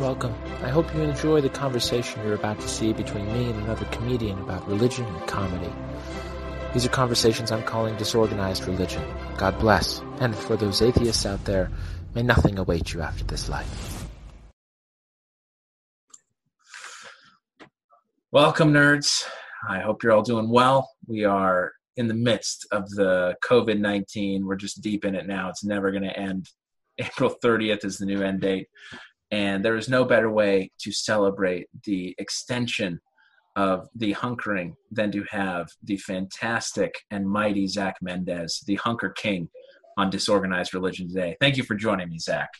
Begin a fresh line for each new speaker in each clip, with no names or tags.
Welcome. I hope you enjoy the conversation you're about to see between me and another comedian about religion and comedy. These are conversations I'm calling disorganized religion. God bless. And for those atheists out there, may nothing await you after this life. Welcome, nerds. I hope you're all doing well. We are in the midst of the COVID 19. We're just deep in it now. It's never going to end. April 30th is the new end date. And there is no better way to celebrate the extension of the hunkering than to have the fantastic and mighty Zach Mendez, the Hunker King, on Disorganized Religion today. Thank you for joining me, Zach.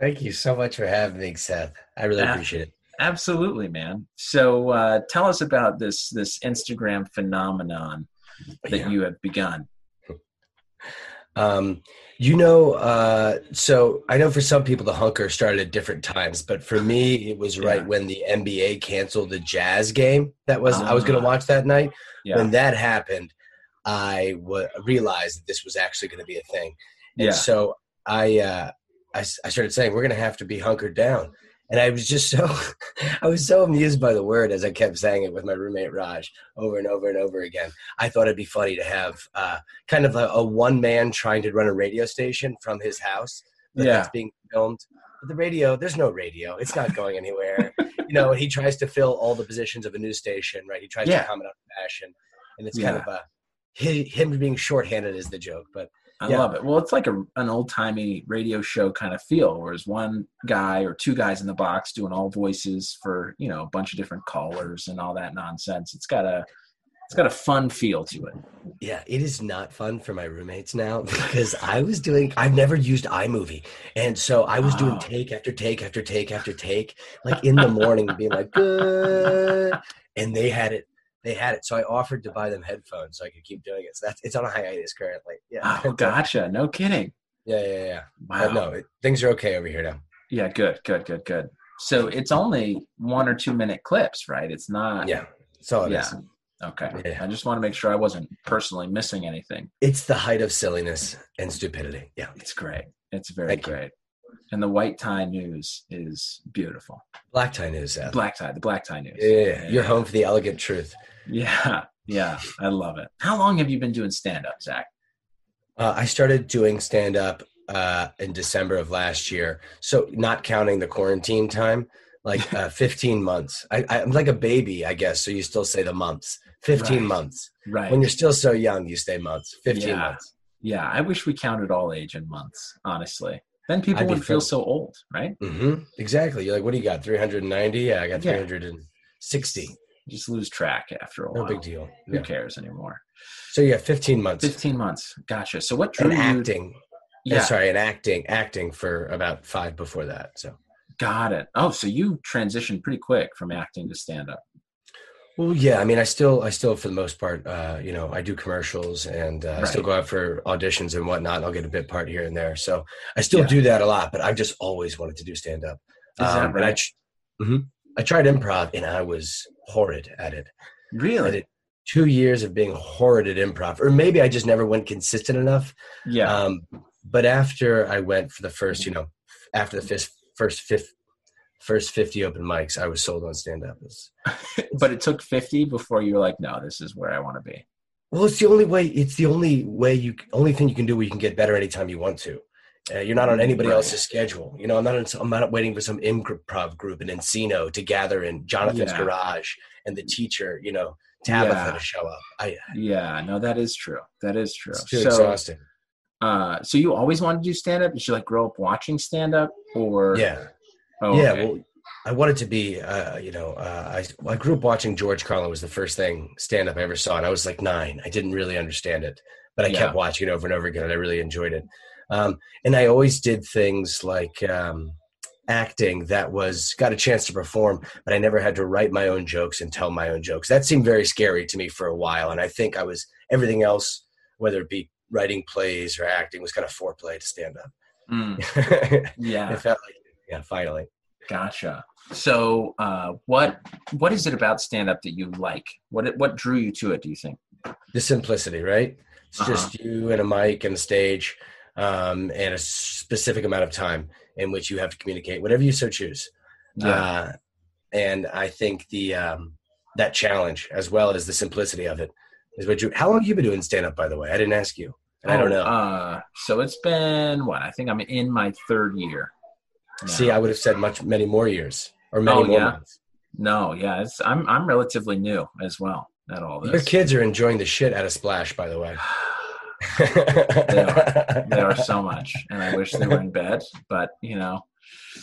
Thank you so much for having me, Seth. I really
Yeah.
appreciate it.
Absolutely, man. So uh, tell us about this this Instagram phenomenon that
Yeah.
you have begun.
Um, you know, uh, so I know for some people the hunker started at different times, but for me it was right
Yeah.
when the NBA canceled the Jazz game. That was I was going
Ah.
to watch that night.
Yeah,
When that happened, I wa realized that this was actually going to be a thing. And
yeah,
so I, uh, I s- I started saying we're going to have to be hunkered down. And I was just so I was so amused by the word as I kept saying it with my roommate Raj over and over and over again. I thought it'd be funny to have uh, kind of a, a one man trying to run a radio station from his house. but
Yeah.
that's being filmed. But the radio, there's no radio. It's not going anywhere. you know, he tries to fill all the positions of a news station, right? He tries
Yeah.
to comment on fashion, and it's
Yeah.
kind of a he, him being shorthanded is the joke, but.
I
yeah.
love it. Well, it's like a, an old timey radio show kind of feel, where it's one guy or two guys in the box doing all voices for you know a bunch of different callers and all that nonsense. It's got a it's got a fun feel to it.
Yeah, it is not fun for my roommates now because I was doing, I've never used iMovie. And so I was
Wow.
doing take after take after take after take, like in the morning, being like, good. And they had it. They had it. So I offered to buy them headphones so I could keep doing it. So that's, it's on a hiatus currently. Yeah.
Oh, gotcha. No kidding.
Yeah, yeah, yeah.
Wow.
But no, it, things are okay over here now.
Yeah. Good. Good. Good. Good. So it's only one or two minute clips, right? It's not.
Yeah. So it
yeah.
is.
Okay.
Yeah.
I just want to make sure I wasn't personally missing anything.
It's the height of silliness and stupidity. Yeah.
It's great. It's very
Thank you.
great. And the white tie news is beautiful.
Black tie news, Seth.
Black tie, the black tie news.
Yeah, yeah, yeah. You're home for the elegant truth.
Yeah. Yeah. I love it. How long have you been doing stand up, Zach?
Uh, I started doing stand up uh, in December of last year. So, not counting the quarantine time, like uh, 15 months. I, I, I'm like a baby, I guess. So, you still say the months. 15
Right.
months.
Right.
When you're still so young, you say months. 15
Yeah.
months.
yeah. I wish we counted all age in months, honestly. Then people
I'd be
would feel
thrilled.
so old, right?
hmm Exactly. You're like, what do you got? 390? Yeah, I got
Yeah.
360.
Just lose track after a
No
while.
big deal.
Who
Yeah.
cares anymore?
So, yeah, 15 months.
15 months. Gotcha. So what drew
And
you?
acting. Yeah.
Yeah.
Sorry, and acting. Acting for about five before that. So,
Got it. Oh, so you transitioned pretty quick from acting to stand up.
Well, yeah, I mean, I still, I still, for the most part, uh, you know, I do commercials and uh, I still
Right.
go out for auditions and whatnot. and I'll get a bit part here and there, so I still
Yeah.
do that a lot. But I've just always wanted to do stand up.
Is that
And Um, I,
right?
tr- Mhm. I tried improv and I was horrid at it. I
Really?
did two years of being horrid at improv, or maybe I just never went consistent enough.
Yeah.
Um, but after I went for the first, you know, after the first, first fifth, first fifty open mics, I was sold on stand up. Uh,
but it took 50 before you were like, no, this is where I want to be.
Well, it's the only way. It's the only way you, only thing you can do where you can get better anytime you want to. Uh, you're not on anybody
Right.
else's schedule. You know, I'm not. In, I'm not waiting for some improv group in Encino to gather in Jonathan's
Yeah.
garage and the teacher. You know, Tabitha
Yeah.
to show up. I,
Yeah. No, that is true. That is true.
it's too
So,
exhausting.
uh, so you always wanted to do stand up? Did you like grow up watching stand up or?
Yeah,
Oh,
yeah.
okay.
Well, I wanted to be. Uh, you know, uh, I I grew up watching George Carlin was the first thing stand up I ever saw, and I was like nine. I didn't really understand it, but I
Yeah.
kept watching it over and over again, and I really enjoyed it. Um, and I always did things like um, acting that was got a chance to perform, but I never had to write my own jokes and tell my own jokes. That seemed very scary to me for a while, and I think I was everything else, whether it be writing plays or acting, was kind of foreplay to stand up.
Mm,
it
yeah.
felt like yeah, finally.
Gotcha. So, uh, what what is it about stand up that you like? What what drew you to it? Do you think?
the simplicity, right? It's
Uh-huh.
just you and a mic and a stage, um, and a specific amount of time in which you have to communicate whatever you so choose.
Yeah.
Uh, and I think the um, that challenge as well as the simplicity of it is what you. How long have you been doing stand up, by the way? I didn't ask you, and I don't
Oh,
know.
Uh, so it's been what? I think I'm in my third year. now.
See, I would have said much many more years or many
uh, Oh,
more
yeah.
months.
no, yeah, it's, I'm I'm relatively new as well at all
Your
this.
kids are enjoying the shit out of Splash, by the way.
they are so much, and I wish they were in bed, but you know,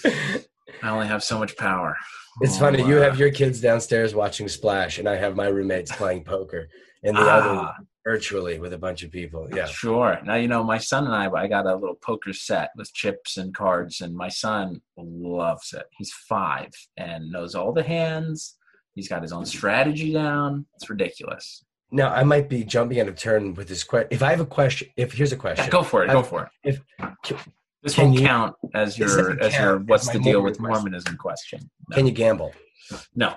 I only have so much power.
It's
Oh,
funny. You
uh,
have your kids downstairs watching Splash, and I have my roommates playing poker in the other
ah,
virtually with a bunch of people. Yeah.
Sure. Now you know my son and I. I got a little poker set with chips and cards, and my son loves it. He's five and knows all the hands. He's got his own strategy down. It's ridiculous.
Now I might be jumping out of turn with this question. If I have a question, if here's a
Yeah,
question.
go for it. Go for it.
If-
this
can
won't
you-
count as
This
your
doesn't
as your
count as
what's
my
the deal
Mormon
with
question.
Mormonism question. No.
Can you gamble?
No.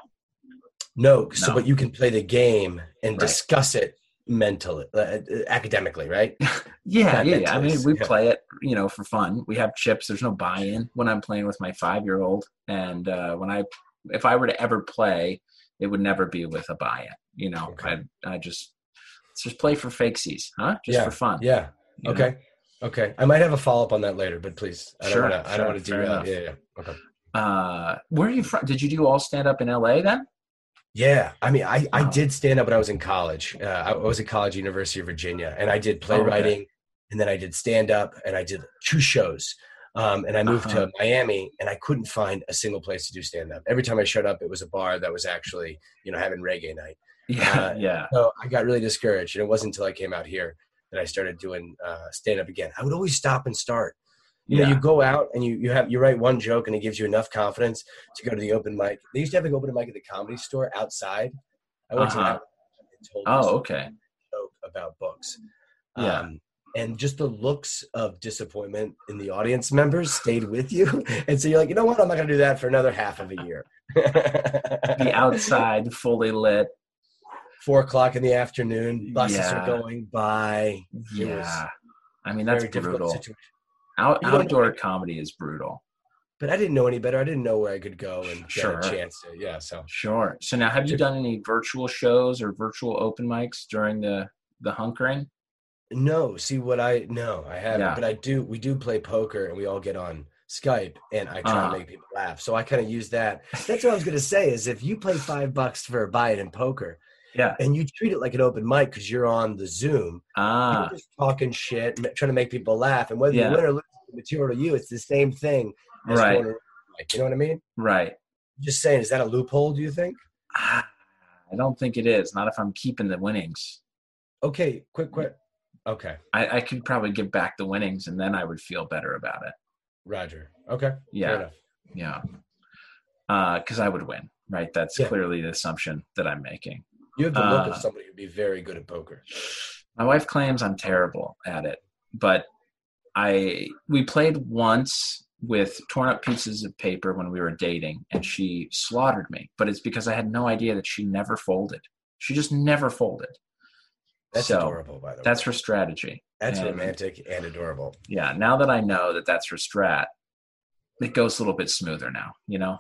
No. So,
No.
but you can play the game and
Right.
discuss it mentally, uh, uh, academically, right?
Yeah,
Not
yeah, yeah. I mean,
mentalist,
we
yeah.
play it, you know, for fun. We have chips. There's no buy-in when I'm playing with my five-year-old, and uh, when I, if I were to ever play, it would never be with a buy-in. You know,
Okay.
I, I just let's just play for fakesies, huh? Just for fun.
Yeah.
you know?
Okay. Okay. I might have a follow up on that later, but please, I
Sure,
don't want to. I
sure,
don't want to
fair
derail.
enough.
it. Yeah. Yeah. Okay.
Uh, where are you from? Did you do all stand up in L.A. then?
Yeah, I mean, I, I
Wow.
did stand up when I was in college. Uh, I was at college, University of Virginia, and I did playwriting, and then I did stand up, and I did two shows. Um, and I moved
Uh-huh.
to Miami, and I couldn't find a single place to do stand up. Every time I showed up, it was a bar that was actually, you know, having reggae night.
Yeah,
Uh,
yeah.
So I got really discouraged, and it wasn't until I came out here that I started doing uh, stand up again. I would always stop and start. You know,
Yeah.
you go out and you you have you write one joke, and it gives you enough confidence to go to the open mic. They used to have an open mic at the comedy store outside. I went to
Uh-huh.
that and told this
Oh, okay.
joke about books.
Yeah.
Um, and just the looks of disappointment in the audience members stayed with you, and so you're like, you know what, I'm not going to do that for another half of a year.
The outside, fully lit.
four o'clock in the afternoon. Buses
Yeah.
are going by. It was
Yeah. I mean, that's
Very difficult
brutal.
situation.
Out,
You don't-
outdoor comedy is brutal.
But I didn't know any better. I didn't know where I could go and
Sure.
get a chance to. Yeah. So
Sure. So now, have you done any virtual shows or virtual open mics during the the hunkering?
no, see what I no, I haven't.
Yeah.
But I do. We do play poker, and we all get on Skype, and I try
Uh-huh.
to make people laugh. So I kind of use that. That's what I was going to say. Is if you play five bucks for a buy it in poker,
Yeah.
and you treat it like an open mic because you're on the Zoom,
Ah,
You're just talking shit, m- trying to make people laugh, and whether
Yeah.
you win or lose the material to you, it's the same thing. as
Right.
going to- Like, you know what I mean?
right.
Just saying, is that a loophole? Do you think?
Ah, I don't think it is. Not if I'm keeping the winnings.
Okay, quick, quick. Okay,
I, I could probably give back the winnings, and then I would feel better about it.
Roger. Okay, fair
Yeah,
enough.
yeah. Because I would win, right? That's
Yeah.
clearly the assumption that I'm making.
You have the look
Uh,
of somebody who'd be very good at poker.
My wife claims I'm terrible at it, but I we played once with torn up pieces of paper when we were dating and she slaughtered me, but it's because I had no idea that she never folded. She just never folded.
That's
so
adorable, by the way.
that's her strategy.
that's
and-
romantic and adorable.
Yeah, now that I know that that's her strat, it goes a little bit smoother now, you know?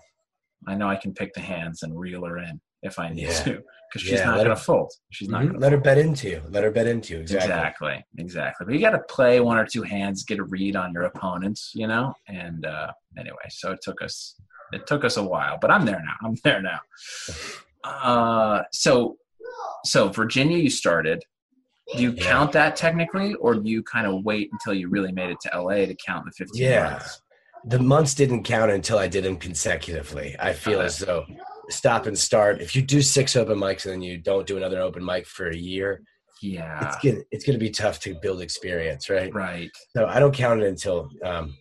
I know I can pick the hands and reel her in if I need
Yeah.
to because she's
Yeah,
not going
let
to
her-
fold. She's not
Mhm.
going to
Let her bet into you. Let her bet into you. Exactly.
Exactly. Exactly. But you got to play one or two hands, get a read on your opponents, you know. And uh, anyway, so it took us it took us a while, but I'm there now. I'm there now. Uh, so so Virginia, you started. Do you
Yeah.
count that technically, or do you kind of wait until you really made it to LA to count the 15
Yeah.
months?
The months didn't count until I did them consecutively. I feel
Okay.
as though stop and start. If you do six open mics and then you don't do another open mic for a year,
Yeah.
it's gonna it's gonna be tough to build experience, right?
Right.
So I don't count it until um,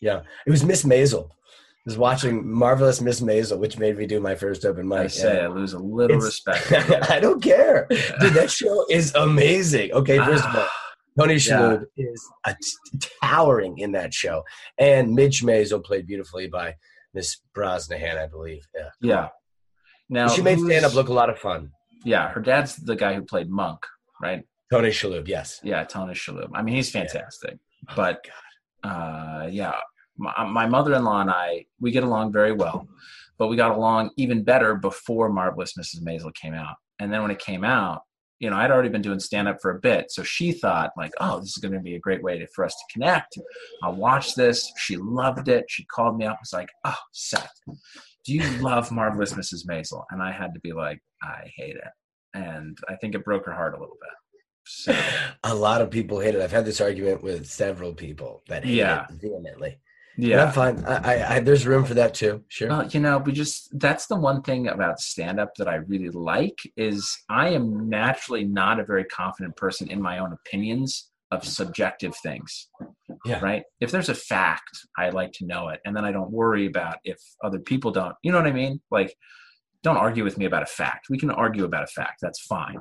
yeah. It was Miss Maisel. I was watching Marvelous Miss Maisel, which made me do my first open mic.
I say I lose a little
uh, It's-
respect. for you.
I don't care. Dude, that show is amazing. Okay, first
Ah.
of all, Tony Shalhoub is a t- towering in that show, and Midge Maisel played beautifully by Miss Brosnahan, I believe. Yeah,
yeah. Now
she made
who's-
stand up look a lot of fun.
Yeah, her dad's the guy who played Monk, right?
Tony Shalhoub, yes.
Yeah, Tony Shalhoub. I mean, he's fantastic. But uh, yeah, my, my mother-in-law and I we get along very well, but we got along even better before Marvelous Mrs. Maisel came out. And then when it came out, you know, I'd already been doing stand up for a bit. So she thought, like, oh, this is going to be a great way to, for us to connect. I'll watch this. She loved it. She called me up and was like, oh, Seth, do you love Marvelous Mrs. Maisel? And I had to be like, I hate it. And I think it broke her heart a little bit. So,
A lot of people hate it. I've had this argument with several people that hate
Yeah.
it vehemently. Yeah, I'm
yeah. Uh.
fine. I, I, I there's room for that too. Sure.
Well, you know, we just that's the one thing about stand up that I really like is I am naturally not a very confident person in my own opinions of subjective things.
Yeah.
Right? If there's a fact, I like to know it and then I don't worry about if other people don't. You know what I mean? Like don't argue with me about a fact. We can argue about a fact. That's fine.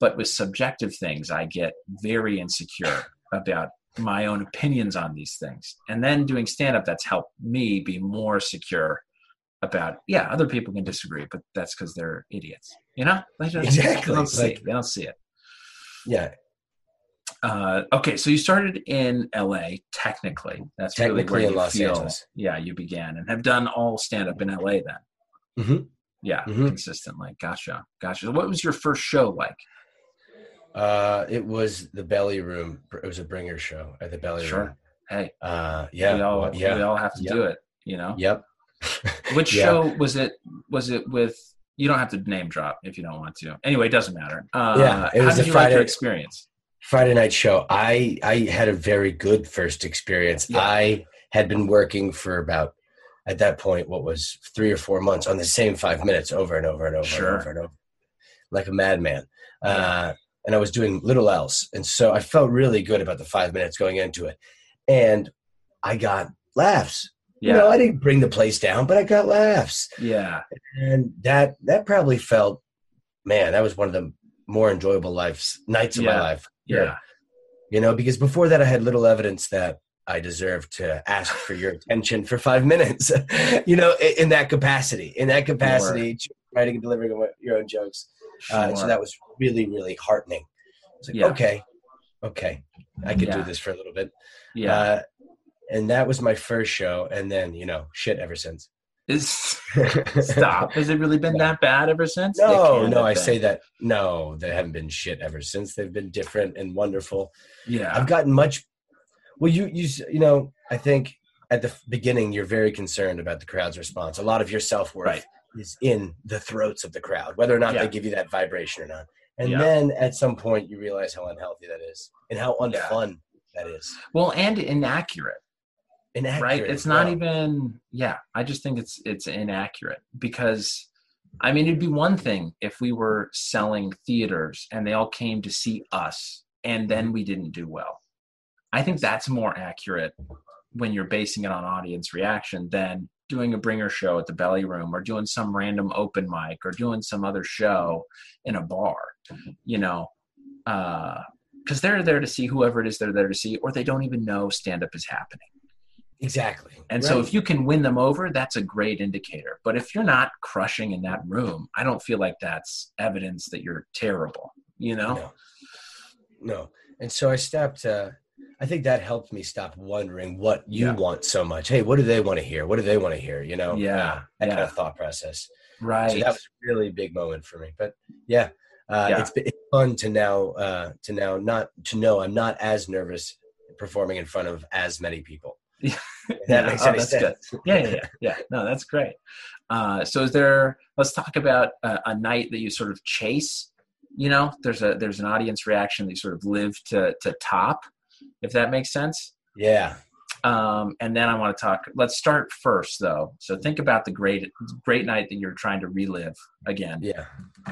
But with subjective things, I get very insecure about my own opinions on these things. And then doing stand up, that's helped me be more secure about, yeah, other people can disagree, but that's because they're idiots. You know? They don't,
Exactly.
They don't, see,
Like-
it. they don't see it.
Yeah.
Uh, okay, so you started in LA, technically. That's
Technically
really where
in
you
Los
feel,
Angeles.
Yeah, you began and have done all stand up in LA then.
hmm
Yeah,
Mhm.
consistently. Gotcha. Gotcha. What was your first show like?
Uh, it was the belly room. It was a bringer show at the belly
Sure.
room.
Hey,
Uh, yeah.
we all
well, yeah.
we all have to
Yeah.
do it you know
Yep.
which
Yeah.
show was it was it with you don't have to name drop if you don't want to anyway it doesn't matter uh
Yeah, it
how
was
did
a
you like your
Friday-
experience
Friday night show. I I had a very good first experience.
Yeah.
I had been working for about at that point what was three or four months on the same five minutes over and over and over
Sure.
and over and over, like a madman. Uh, and I was doing little else, and so I felt really good about the five minutes going into it, and I got laughs.
yeah
You know, I didn't bring the place down, but I got laughs
yeah
and that that probably felt man that was one of the more enjoyable lives nights of my
Yeah.
life
yeah
you know because before that i had little evidence that i deserved to ask for your attention for five minutes you know i- in that capacity in that capacity writing and delivering your- your own jokes uh, and so
Sure.
that was really really heartening it's like
Yeah.
okay okay i can do
Yeah.
this for a little bit
yeah
uh, and that was my first show and then you know shit ever since
is stop has it really been that bad ever since It
No,
can't
no,
have
I
been.
say that. No, they haven't been shit ever since. They've been different and wonderful.
yeah
I've gotten much. Well, you, you, s- you know, I think at the f- beginning you're very concerned about the crowd's response. A lot of your self worth
Right.
is in the throats of the crowd, whether or not
Yeah.
they give you that vibration or not. And
Yeah.
then at some point you realize how unhealthy that is and how
Yeah.
unfun that is.
well and inaccurate
Inaccurate.
right
as
it's not
well.
even yeah i just think it's it's inaccurate because i mean it'd be one thing if we were selling theaters and they all came to see us and then we didn't do well i think that's more accurate when you're basing it on audience reaction than doing a bringer show at the belly room or doing some random open mic or doing some other show in a bar you know because they're there to see whoever it is they're there to see or they don't even know stand up is happening
Exactly.
and so
Right.
if you can win them over, that's a great indicator. But if you're not crushing in that room, I don't feel like that's evidence that you're terrible, you know?
No. No. And so I stopped. Uh, I think that helped me stop wondering what you
Yeah.
want so much. Hey, what do they want to hear? What do they want to hear? You know?
Yeah,
Uh, that kind
yeah.
of thought process. So
Right.
that was a really big moment for me. But yeah, uh,
Yeah.
it's been it's fun to now uh, to now not to know I'm not as nervous performing in front of as many people.
Yeah.
If
Yeah. Oh, that's yeah, yeah, yeah, yeah. No, that's great. Uh, so is there, let's talk about a, a night that you sort of chase, you know, there's a, there's an audience reaction that you sort of live to, to top, if that makes sense.
Yeah.
Um, and then I want to talk, let's start first though. So think about the great, great night that you're trying to relive again.
Yeah.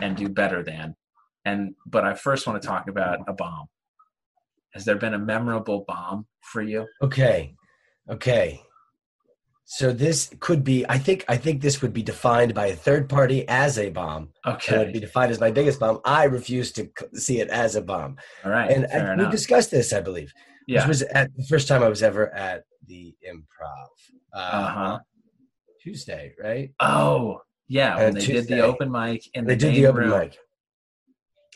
and do better than. And but I first want to talk about a bomb. Has there been a memorable bomb for you?
Okay. Okay. So this could be I think I think this would be defined by a third party as a bomb. And it would
Okay.
be defined as my biggest bomb. I refuse to c- see it as a bomb.
All right.
And
fair
I, we
enough.
discussed this, I believe. This
yeah.
was at the first time I was ever at the improv. Uh,
Uh huh.
Tuesday, right?
Oh yeah.
Uh,
When they did
Tuesday.
the open mic and
They did the open mic.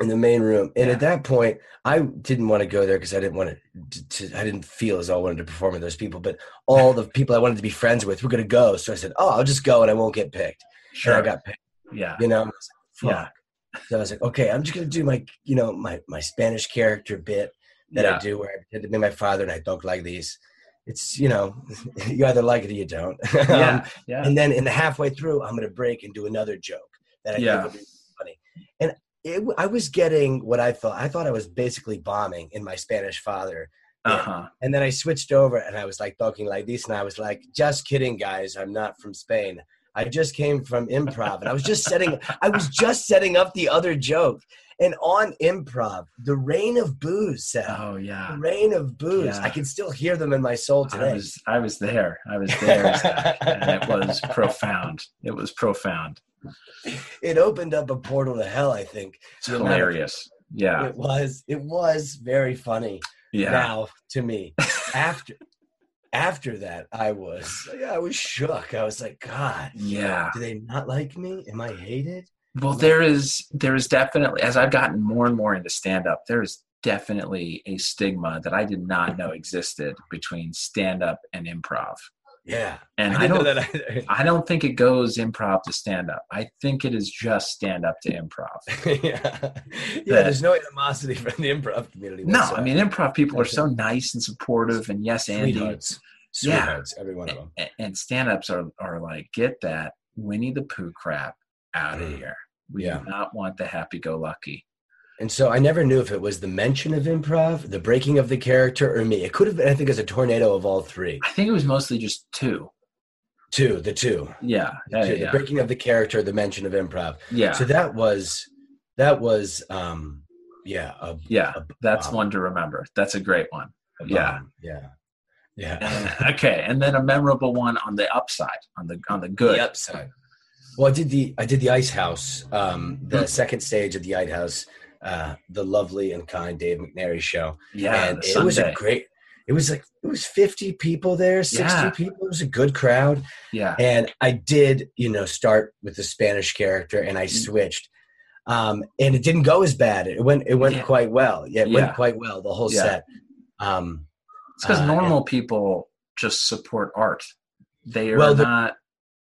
in the main room. And at that point, I didn't want to go there because I didn't want to, to. I didn't feel as though I wanted to perform with those people. But all the people I wanted to be friends with were going to go, so I said, "Oh, I'll just go and I won't get picked."
Sure.
And I got picked.
yeah.
You know, I was like,
Yeah.
fuck. So I was like, okay, I'm just going to do my, you know, my my Spanish character bit that I
Yeah.
do where I pretend to be my father and I talk like this. It's you know, you either like it or you don't. Um,
Yeah. Yeah.
and then in the halfway through, I'm going to break and do another joke that I
Yeah.
think would be funny. And it, I was getting what I thought. I thought I was basically bombing in my Spanish father.
Uh huh.
And then I switched over and I was like talking like this. And I was like, just kidding, guys. I'm not from Spain. I just came from improv. And I was just setting, I was just setting up the other joke. And on improv, the reign of booze, Seth.
Oh yeah.
The reign of booze.
Yeah.
I can still hear them in my soul
I
today.
was I was there. I was there, Zach, and it was profound. It was profound.
it opened up a portal to hell, I think.
It's
You know,
hilarious. Yeah.
It was it was very funny
Yeah.
now to me. After after that I was I was shook. I was like, God,
Yeah.
do they not like me? Am I hated?
Well, there is there is definitely as I've gotten more and more into stand up, there is definitely a stigma that I did not know existed between stand up and improv.
Yeah.
And I,
didn't
don't
know that either.
I don't think it goes improv to stand up. I think it is just stand up to improv.
yeah. Yeah,
That-
there's no animosity from the improv community.
No, I
whatsoever.
mean improv people are so nice and supportive and yes, Andy,
sweethearts.
Yeah.
Sweethearts, every one of them.
and, and stand-ups are, are like get that winnie the pooh crap out of
Mm.
here we
Yeah.
do not want the happy-go-lucky
And so I never knew if it was the mention of improv, the breaking of the character, or me. It could have been, I think, as a tornado of all three.
i think it was mostly just two
Two, the two.
yeah yeah
to
yeah,
the breaking of the character, the mention of improv.
yeah.
So that was that was um yeah, a, a
Yeah, that's
bomb.
one to remember that's a great one
bomb.
Yeah.
Yeah. Yeah.
And- okay and then a memorable one on the upside on the on the good
The upside. Well, I did the I did the Ice House, um,
Hmm.
the second stage of the Ice House, uh, the lovely and kind Dave McNary show.
yeah
and
the
it was a
Sunday.
great it was like it was 50 people there, 60
Yeah.
people. It was a good crowd.
yeah
and I did, you know, start with the Spanish character, and
Mm-hmm.
I switched, um, and it didn't go as bad. It went, it went
Yeah.
quite well. Yeah, it
Yeah.
went quite well. The whole
Yeah.
set. Um,
it's because
uh,
normal people just support art they are
Well, the-
not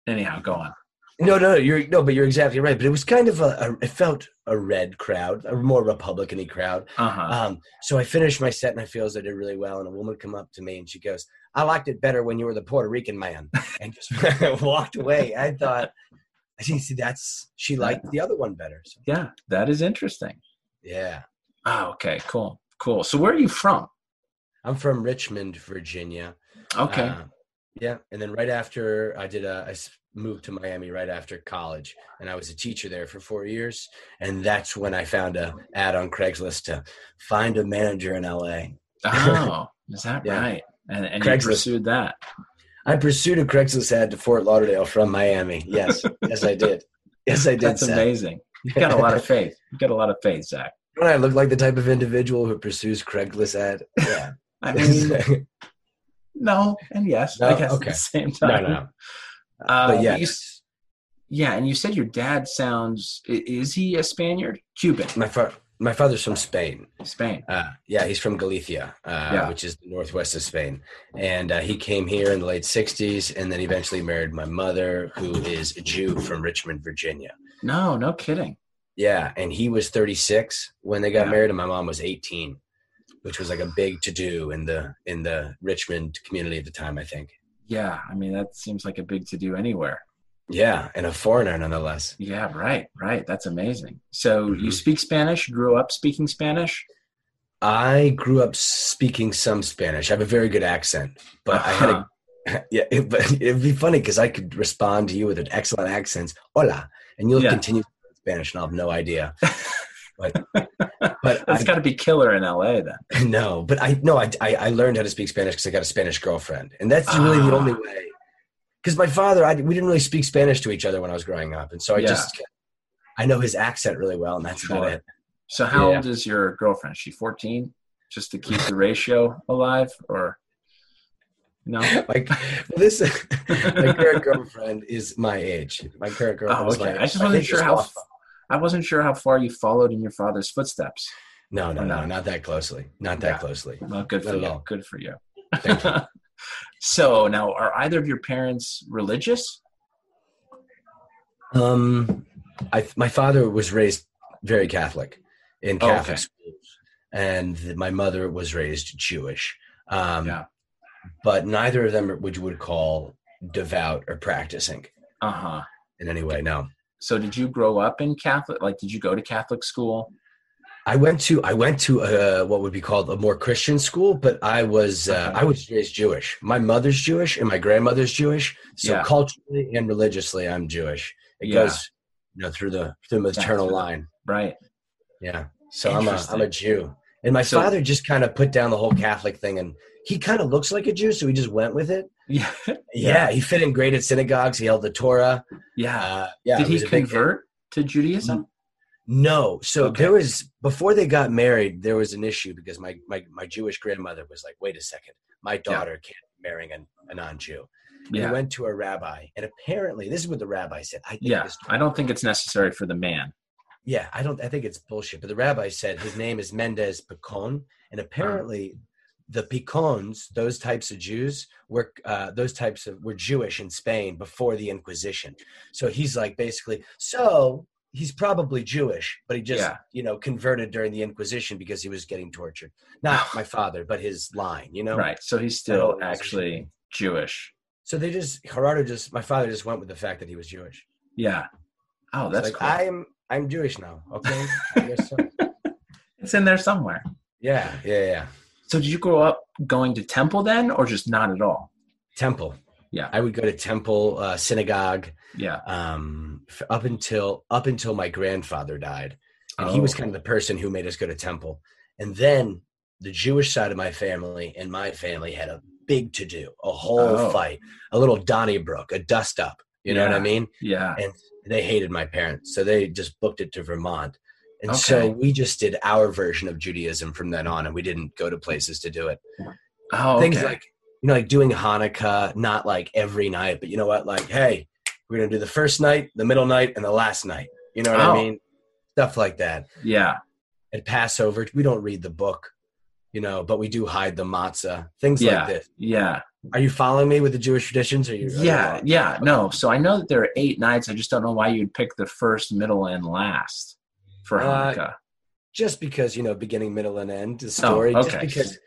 anyhow go on
no, no, you're no, but you're exactly right. But it was kind of a, a it felt a red crowd, a more Republican-y crowd.
uh-huh
Um, so I finished my set, and I feel as I did really well. And a woman come up to me, and she goes, "I liked it better when you were the Puerto Rican man," and just walked away. I thought. I see. See, that's she liked the other one better. So,
yeah that is interesting
yeah.
Oh, okay, cool, cool. So where are you from?
I'm from Richmond, Virginia.
Okay,
Uh, yeah, and then right after I did, a, I s- moved to Miami right after college, and I was a teacher there for four years, and that's when I found a ad on Craigslist to find a manager in LA.
oh, is that
yeah.
right? And and
Craigslist.
you pursued that.
I pursued a Craigslist ad to Fort Lauderdale from Miami. Yes, yes, I did. Yes, I did.
That's
Seth.
amazing. You got a lot of faith. You got a lot of faith, Zach.
Don't I look like the type of individual who pursues Craigslist ad? Yeah.
I mean,
no,
no, and yes,
No,
I guess
okay.
at the same
no,
time.
no.
Uh,
But yeah,
you s- yeah, and you said your dad sounds. i- Is he a Spaniard? Cuban,
my fa- my father's from Spain.
Spain.
Uh, yeah, he's from Galicia, uh,
Yeah.
which is the northwest of Spain. And uh, he came here in the late 60s and then eventually married my mother, who is a Jew from Richmond, Virginia.
No, no kidding.
Yeah, and he was 36 when they got
Yeah.
married, and my mom was 18, which was like a big to do in the in the Richmond community at the time, I think.
Yeah, I mean that seems like a big to do anywhere.
Yeah, and a foreigner nonetheless.
Yeah, right, right. That's amazing. So you
Mhm.
speak Spanish. You grew up speaking Spanish.
I grew up speaking some Spanish. I have a very good accent, but I had a
Uh-huh.
Yeah, it, but it'd be funny because I could respond to you with an excellent accent, "Hola," and you'll
Yeah.
continue in Spanish, and I'll have no idea. But but
That's
I
got to be killer in LA then.
no, but I no, I I, I learned how to speak Spanish because I got a Spanish girlfriend, and that's really the
Ah.
only way. Because my father, I, we didn't really speak Spanish to each other when I was growing up, and so I
Yeah.
just I know his accent really well, and that's about
Sure.
it.
So how
Yeah.
old is your girlfriend? Is she 14? Just to keep the ratio alive or no?
Like well, this, my current girlfriend is my age. My current girlfriend
Oh,
is my
okay.
age.
I just
My
wasn't
age
sure
is
how
awful.
I wasn't sure how far you followed in your father's footsteps.
No, no,
Or
no,
not.
not that closely. Not that
oh, Yeah.
closely.
Well, good for
Not at
you.
all.
Good for you.
Thank you.
so now, are either of your parents religious?
Um, I my father was raised very Catholic in
Oh,
Catholic
okay.
schools, and my mother was raised Jewish. Um,
Yeah.
but neither of them are what you would call devout or practicing
Uh huh.
in any way. No,
So did you grow up in Catholic? Like, did you go to Catholic school?
I went to I went to uh what would be called a more Christian school, but I was uh,
Okay.
I was raised Jewish. My mother's Jewish and my grandmother's Jewish, so
Yeah.
culturally and religiously, I'm Jewish. It
Yeah.
goes you know through the through the maternal
through the-
line.
Right.
Yeah. So I'm a, I'm a
Interesting.
Jew. And my
So-
father just kind of put down the whole Catholic thing and he kind of looks like a Jew, so he just went with it.
Yeah.
Yeah. he fit in great at synagogues. He held the Torah.
Yeah.
Uh, yeah.
did
it
he
was a big-
convert to Judaism?
No. So
Okay.
there was, before they got married, there was an issue because my, my, my Jewish grandmother was like, wait a second, my daughter can't be marrying an, a non Jew. Mm-hmm. He
Yeah.
went to a rabbi, and apparently, this is what the rabbi said. I think
Yeah.
this-
I don't think it's necessary for the man.
Yeah, I don't. I think it's bullshit. But the rabbi said his name is Mendez Picon, and
Uh-huh.
apparently, the Picons, those types of Jews, were uh, those types of were Jewish in Spain before the Inquisition. So he's like basically, so he's probably Jewish, but he just
Yeah.
you know converted during the Inquisition because he was getting tortured. Not my father, but his line, you know.
Right. So he's still
Right.
actually Jewish.
So they just Gerardo just my father just went with the fact that he was Jewish.
Yeah. Oh,
He's
that's
like,
cool.
I'm I'm Jewish now. Okay. I guess so.
it's in there somewhere.
Yeah, yeah, yeah.
So did you grow up going to temple then, or just not at all?
temple
Yeah.
i would go to temple uh, synagogue
Yeah.
um, f- up until up until my grandfather died and he was
Oh.
kind of the person who made us go to temple and then the jewish side of my family and my family had a big to do a whole
Oh.
fight a little donnybrook a dust up you know what i
Yeah.
mean
Yeah.
they hated my parents so they just booked it to vermont and so
Okay.
we just did our version of judaism from then on and we didn't go to places to do it
Oh,
things
okay.
like you know like doing hanukkah not like every night but you know what like hey we're gonna do the first night the middle night and the last night you know what
Oh.
i mean stuff like that
yeah.
at passover we don't read the book you know but we do hide the matzah things
Yeah.
like this
Yeah.
are you following me with the jewish traditions or you are you
Yeah,
not?
yeah, no. So I know that there are eight nights. I just don't know why you'd pick the first, middle, and last for
Uh,
Hanukkah.
just because you know beginning middle and end the story just
Oh, okay.
because you-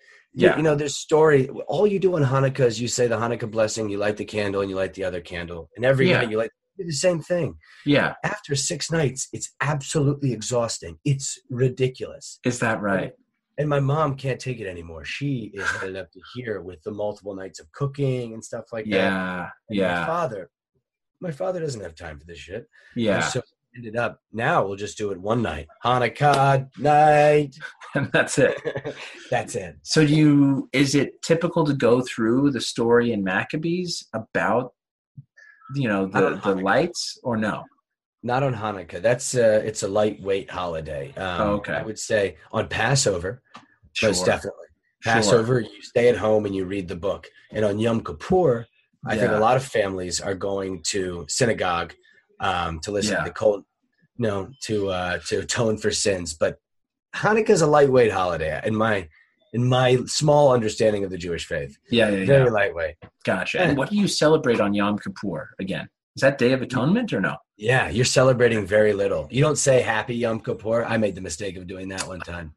yeah,
you know there's story all you do on hanukkah is you say the hanukkah blessing you light the candle and you light the other candle and every
Yeah.
night you light you do the same thing
yeah.
after six nights, it's absolutely exhausting. It's ridiculous.
Is that right?
And my mom can't take it anymore. She is headed up to here with the multiple nights of cooking and stuff like that.
Yeah,
And My
yeah,
father, my father doesn't have time for this shit. And
yeah.
So we ended up now we'll just do it one night. Hanukkah night.
And that's it.
That's it.
So you is it typical to go through the story in Maccabees about you know
I
the
don't
the
know.
lights or no?
Not on Hanukkah. That's uh it's a lightweight holiday. Um,
Oh, okay.
I would say on Passover,
Sure,
most definitely.
sure.
Passover, you stay at home and you read the book. And on Yom Kippur, I think
Yeah.
a lot of families are going to synagogue um, to listen
Yeah.
to the cold, no, to uh, to atone for sins. But Hanukkah is a lightweight holiday in my in my small understanding of the Jewish faith.
Yeah, yeah, yeah.
Very lightweight.
Gotcha. And what do you celebrate on Yom Kippur again? Is that Day of Atonement or no?
Yeah, you're celebrating very little. You don't say Happy Yom Kippur. I made the mistake of doing that one time.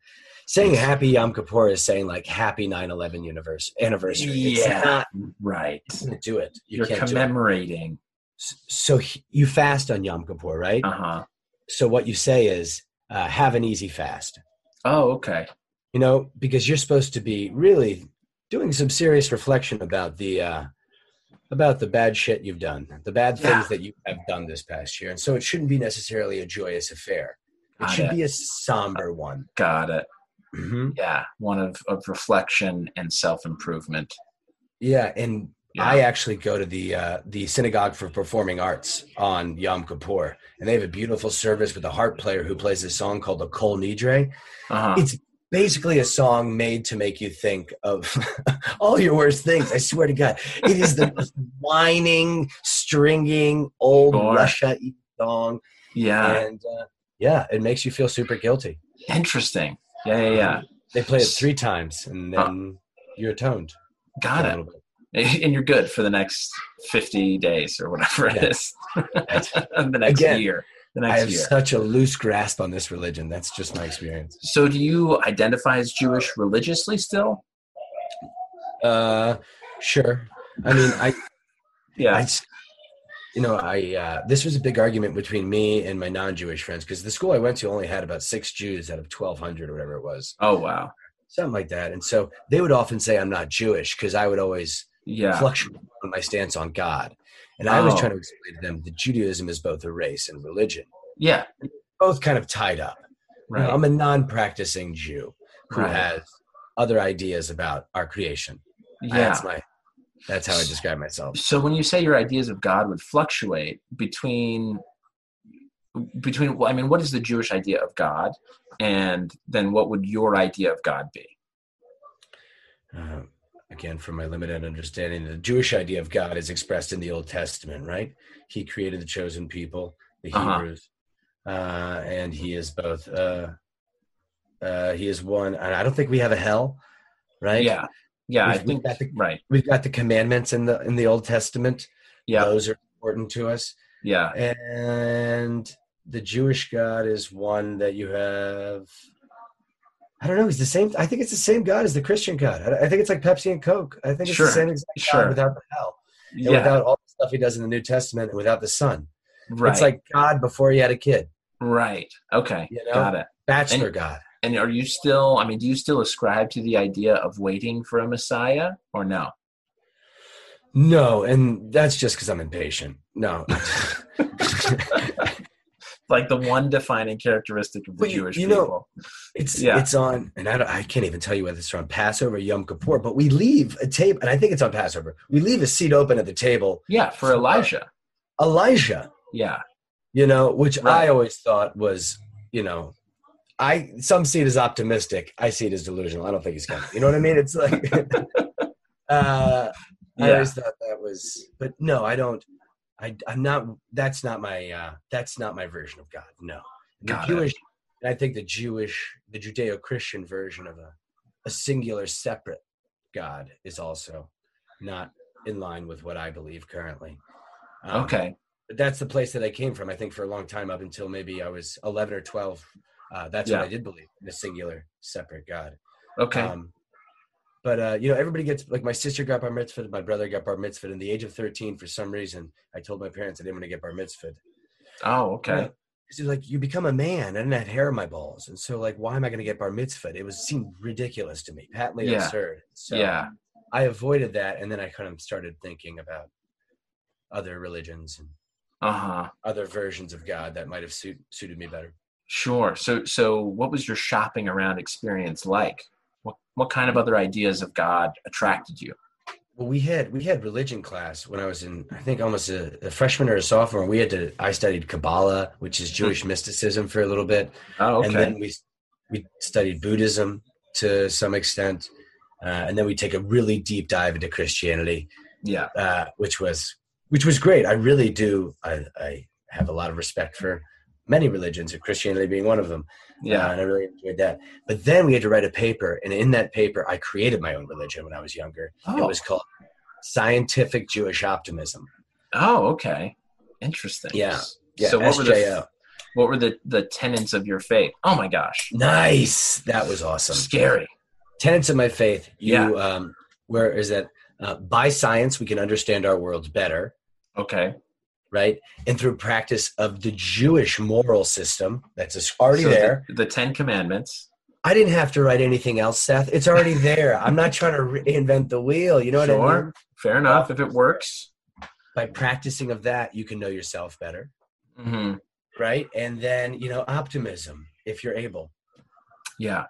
Saying Happy Yom Kippur is saying like Happy 9/11 universe anniversary. It's
Yeah.
not
Right.
gonna do it. You
You're
can't do it.
commemorating.
S- so he- you fast on Yom Kippur, right?
Uh huh.
So what you say is uh, have an easy fast,
Oh, okay.
you know, because you're supposed to be really doing some serious reflection about the uh, about the bad shit you've done, the bad
Yeah.
things that you have done this past year, and so it shouldn't be necessarily a joyous affair. It
Got
should
it.
be a somber one.
Got it.
Mhm.
Yeah, one of, of reflection and self improvement.
Yeah, and
Yeah.
I actually go to the uh, the synagogue for performing arts on Yom Kippur, and they have a beautiful service with a harp player who plays a song called the Kol Nidre.
Uh huh.
It's basically a song made to make you think of all your worst things. I swear to God, it is the most whining, stringing old
Sure.
Russia song,
Yeah.
and uh, Yeah, it makes you feel super guilty.
Interesting. Yeah, yeah, yeah.
They play it three times, and then you're atoned.
Got
a
it.
little bit.
And you're good for the next 50 days or whatever it
Yeah.
is. the next
Again,
year. The
I
next
have
year.
such a loose grasp on this religion. That's just my experience.
So, do you identify as Jewish religiously still?
Uh, sure. I mean, I
Yeah.
I, s- you know, I uh, this was a big argument between me and my non-Jewish friends because the school I went to only had about six Jews out of twelve hundred or whatever it was,
oh, wow.
something like that. And so they would often say I'm not Jewish because I would always
Yeah.
fluctuate on my stance on God, and I was
Oh.
trying to explain to them that Judaism is both a race and religion,
Yeah.
both kind of tied up. You know,
Right.
I'm a non-practicing Jew who
Right.
has other ideas about our creation.
Yeah.
That's my that's how I describe myself.
so when you say your ideas of god would fluctuate between between well, i mean what is the jewish idea of god and then what would your idea of god be
Uh, again, from my limited understanding, the Jewish idea of God is expressed in the Old Testament, right? He created the chosen people, the
Uh-huh.
Hebrews, uh, and he is both. Uh, uh, he is one, and I don't think we have a hell, right?
yeah yeah i
We've- we've
think
got the-
right
we've got the commandments in the in the Old Testament.
yeah
Those are important to us.
yeah
and the Jewish God is one that you have. I don't know. He's the same. I think it's the same God as the Christian God. I, I think it's like Pepsi and Coke. I think it's
Sure,
the same exact
sure.
God without the hell and
yeah
without all the stuff he does in the New Testament and without the Son.
right
It's like God before he had a kid,
right okay
You know?
got it
bachelor God.
and are you still i mean do you still ascribe to the idea of waiting for a messiah or no
No, and that's just because I'm impatient. No,
like the one defining characteristic of the
Well, you-
jewish
you know-
people
it's
Yeah.
it's on, and I, don't, I can't even tell you whether it's on Passover or Yom Kippur. But we leave a table, and I think it's on Passover. We leave a seat open at the table.
yeah for
uh,
elijah
Elijah
yeah
you know, which
Right.
I always thought was, you know, I some see it as optimistic, I see it as delusional. I don't think he's coming. You know what I mean? It's like, uh, I
yeah
always thought that was, but no, I don't. I, I'm not. That's not my. Uh, that's not my version of God. No, the
Got it.
Jewish. I think the Jewish, the Judeo-Christian version of a, a singular, separate God is also not in line with what I believe currently. Um,
okay
but that's the place that I came from. I think for a long time, up until maybe I was 11 or 12, uh, that's
Yeah.
what I did believe in a singular, separate God.
okay
Um, but uh, you know, everybody gets like my sister got bar mitzvah, my brother got bar mitzvah. In the age of 13, for some reason, I told my parents I didn't want to get bar mitzvah.
oh okay
So like you become a man. I didn't have hair in my balls, and so like why am I going to get bar mitzvah? It was seemed ridiculous to me, patently
Yeah.
absurd. So
yeah
I avoided that, and then I kind of started thinking about other religions and
uh-huh
other versions of God that might have suit, suited me better.
sure so so what was your shopping around experience like what what kind of other ideas of god attracted you
Well, we had we had religion class when I was in I think almost a, a freshman or a sophomore. We had to I studied Kabbalah, which is Jewish mysticism, for a little bit,
oh
and then we we studied Buddhism to some extent, uh, and then we take a really deep dive into Christianity,
yeah
uh, which was which was great. I really do. I, I have a lot of respect for many religions, and Christianity being one of them.
yeah
Uh, and I really enjoyed that. But then we had to write a paper, and in that paper, I created my own religion when I was younger. It
oh,
was called Scientific Jewish Optimism.
oh okay interesting
Yeah. Yeah,
so what were, the,
SJO.
what were the the tenets of your faith oh my gosh
nice. That was awesome.
scary
Tenets of my faith. You,
Yeah.
um, where is that? Uh, by science, we can understand our world better,
okay
right? And through practice of the Jewish moral system, that's just already
So the-
there.
the, ten commandments
I didn't have to write anything else, Seth. It's already there. I'm not trying to reinvent the wheel. You know what I mean?
sure fair enough if it works
by practicing of that you can know yourself better
hmm
right and then you know optimism if you're able
yeah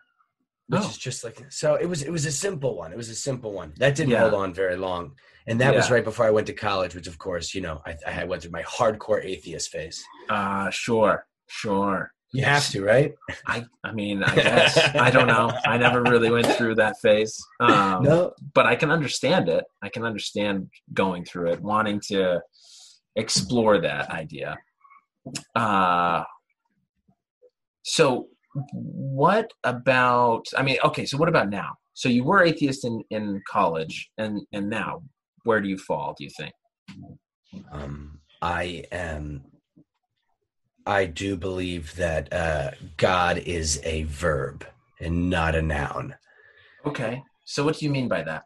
which
Oh.
is just like so it was it was a simple one it was a simple one that didn't
Yeah.
hold on very long and that was
Yeah.
right before i went to college which of course you know i, I had went through my hardcore atheist phase
uh sure sure
you have to right
I I mean, I guess I don't know. I never really went through that phase. Um,
no
but I can understand it. I can understand going through it, wanting to explore that idea. Uh So what about I mean, okay, so what about now? So you were atheist in, in college and and now where do you fall, do you think?
Um, I am. I do believe that uh, God is a verb and not a noun.
Okay. So what do you mean by that?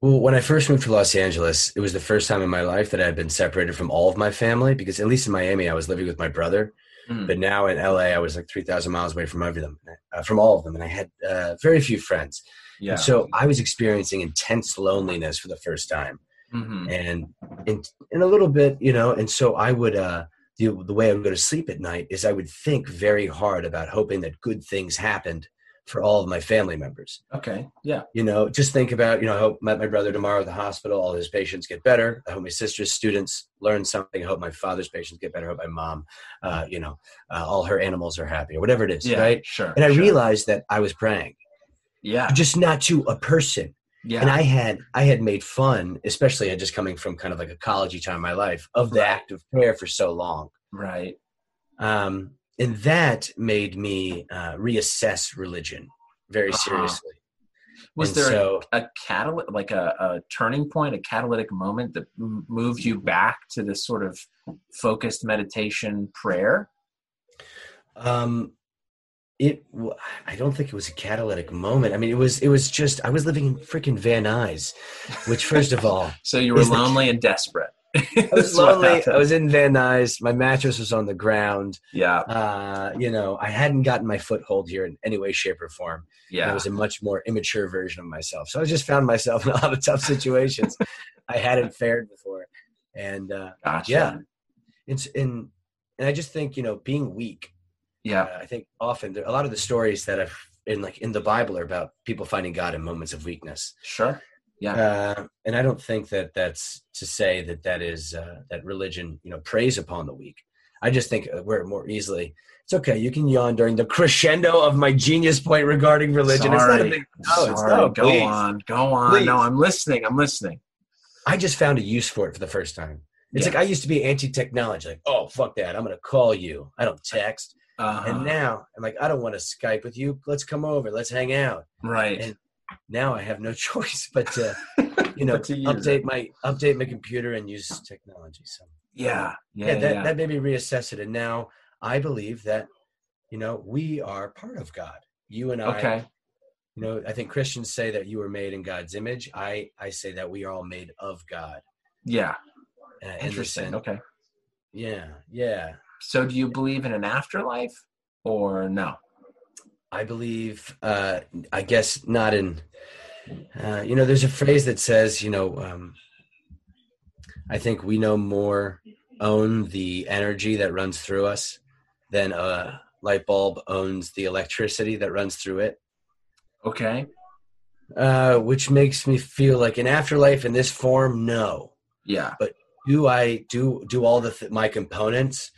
Well, when I first moved to Los Angeles, it was the first time in my life that I had been separated from all of my family because, at least in Miami, I was living with my brother.
Mm.
But now in LA, I was like 3,000 miles away from every them, uh, from all of them, and I had uh, very few friends.
Yeah.
And so I was experiencing intense loneliness for the first time
hmm
and in, in a little bit you know and so i would uh the, the way i would go to sleep at night is i would think very hard about hoping that good things happened for all of my family members
Okay. Yeah.
you know just think about you know i hope my, my brother tomorrow at the hospital all his patients get better i hope my sister's students learn something i hope my father's patients get better i hope my mom uh, you know uh, all her animals are happy or whatever it is
Yeah.
right
Sure.
and i
sure.
realized that i was praying
Yeah.
just not to a person
Yeah.
and I had I had made fun, especially just coming from kind of like a collegey time in my life, of the
Right.
act of prayer for so long,
right.
um, and that made me uh, reassess religion very
Uh-huh.
seriously.
Was
And
there
so
a, a catalyst, like a, a turning point, a catalytic moment that m- moved you back to this sort of focused meditation prayer?
um, it? w- I don't think it was a catalytic moment. I mean, it was it was just I was living in freaking Van Nuys, which first of all.
So you were
Is the-
lonely and desperate.
I was lonely. I was in Van Nuys. My mattress was on the ground.
yeah.
Uh, you know, I hadn't gotten my foothold here in any way, shape, or form. I
Yeah.
was a much more immature version of myself. So I just found myself in a lot of tough situations I hadn't fared before. And uh,
Gotcha.
yeah, it's in, and I just think you know being weak.
Yeah.
Uh, I think often there, a lot of the stories that I've in like in the Bible are about people finding God in moments of weakness.
Sure. Yeah.
Uh, and I don't think that that's to say that that is uh, that religion you know preys upon the weak. I just think uh, we're more easily. It's okay. You can yawn during the crescendo of my genius point regarding religion. It's not a
Sorry.
big no. It's
Sorry.
no.
go
please.
on. Go on.
Please.
No, I'm listening. I'm listening.
I just found a use for it for the first time. It's
Yeah.
like I used to be anti-technology. Like, oh fuck that. I'm gonna call you. I don't text.
Uh-huh.
And now I'm like, I don't want to Skype with you. Let's come over. Let's hang out.
right.
and- Now I have no choice but to, you know,
But to use
update my update my computer and use technology. So
yeah. Yeah.
yeah, that,
yeah.
that made me reassess it. And now I believe that, you know, we are part of God. You and I,
okay.
you know, I think Christians say that you were made in God's image. I I say that we are all made of God.
Yeah.
uh, in the
Interesting.
sense-
Okay.
Yeah, yeah.
So do you believe in an afterlife or no?
I believe. Uh, I guess not in. Uh, you know, there's a phrase that says, you know, um, I think we no more own the energy that runs through us than a light bulb owns the electricity that runs through it.
Okay.
Uh, which makes me feel like an afterlife in this form. No,
Yeah.
do I do do all the th- my components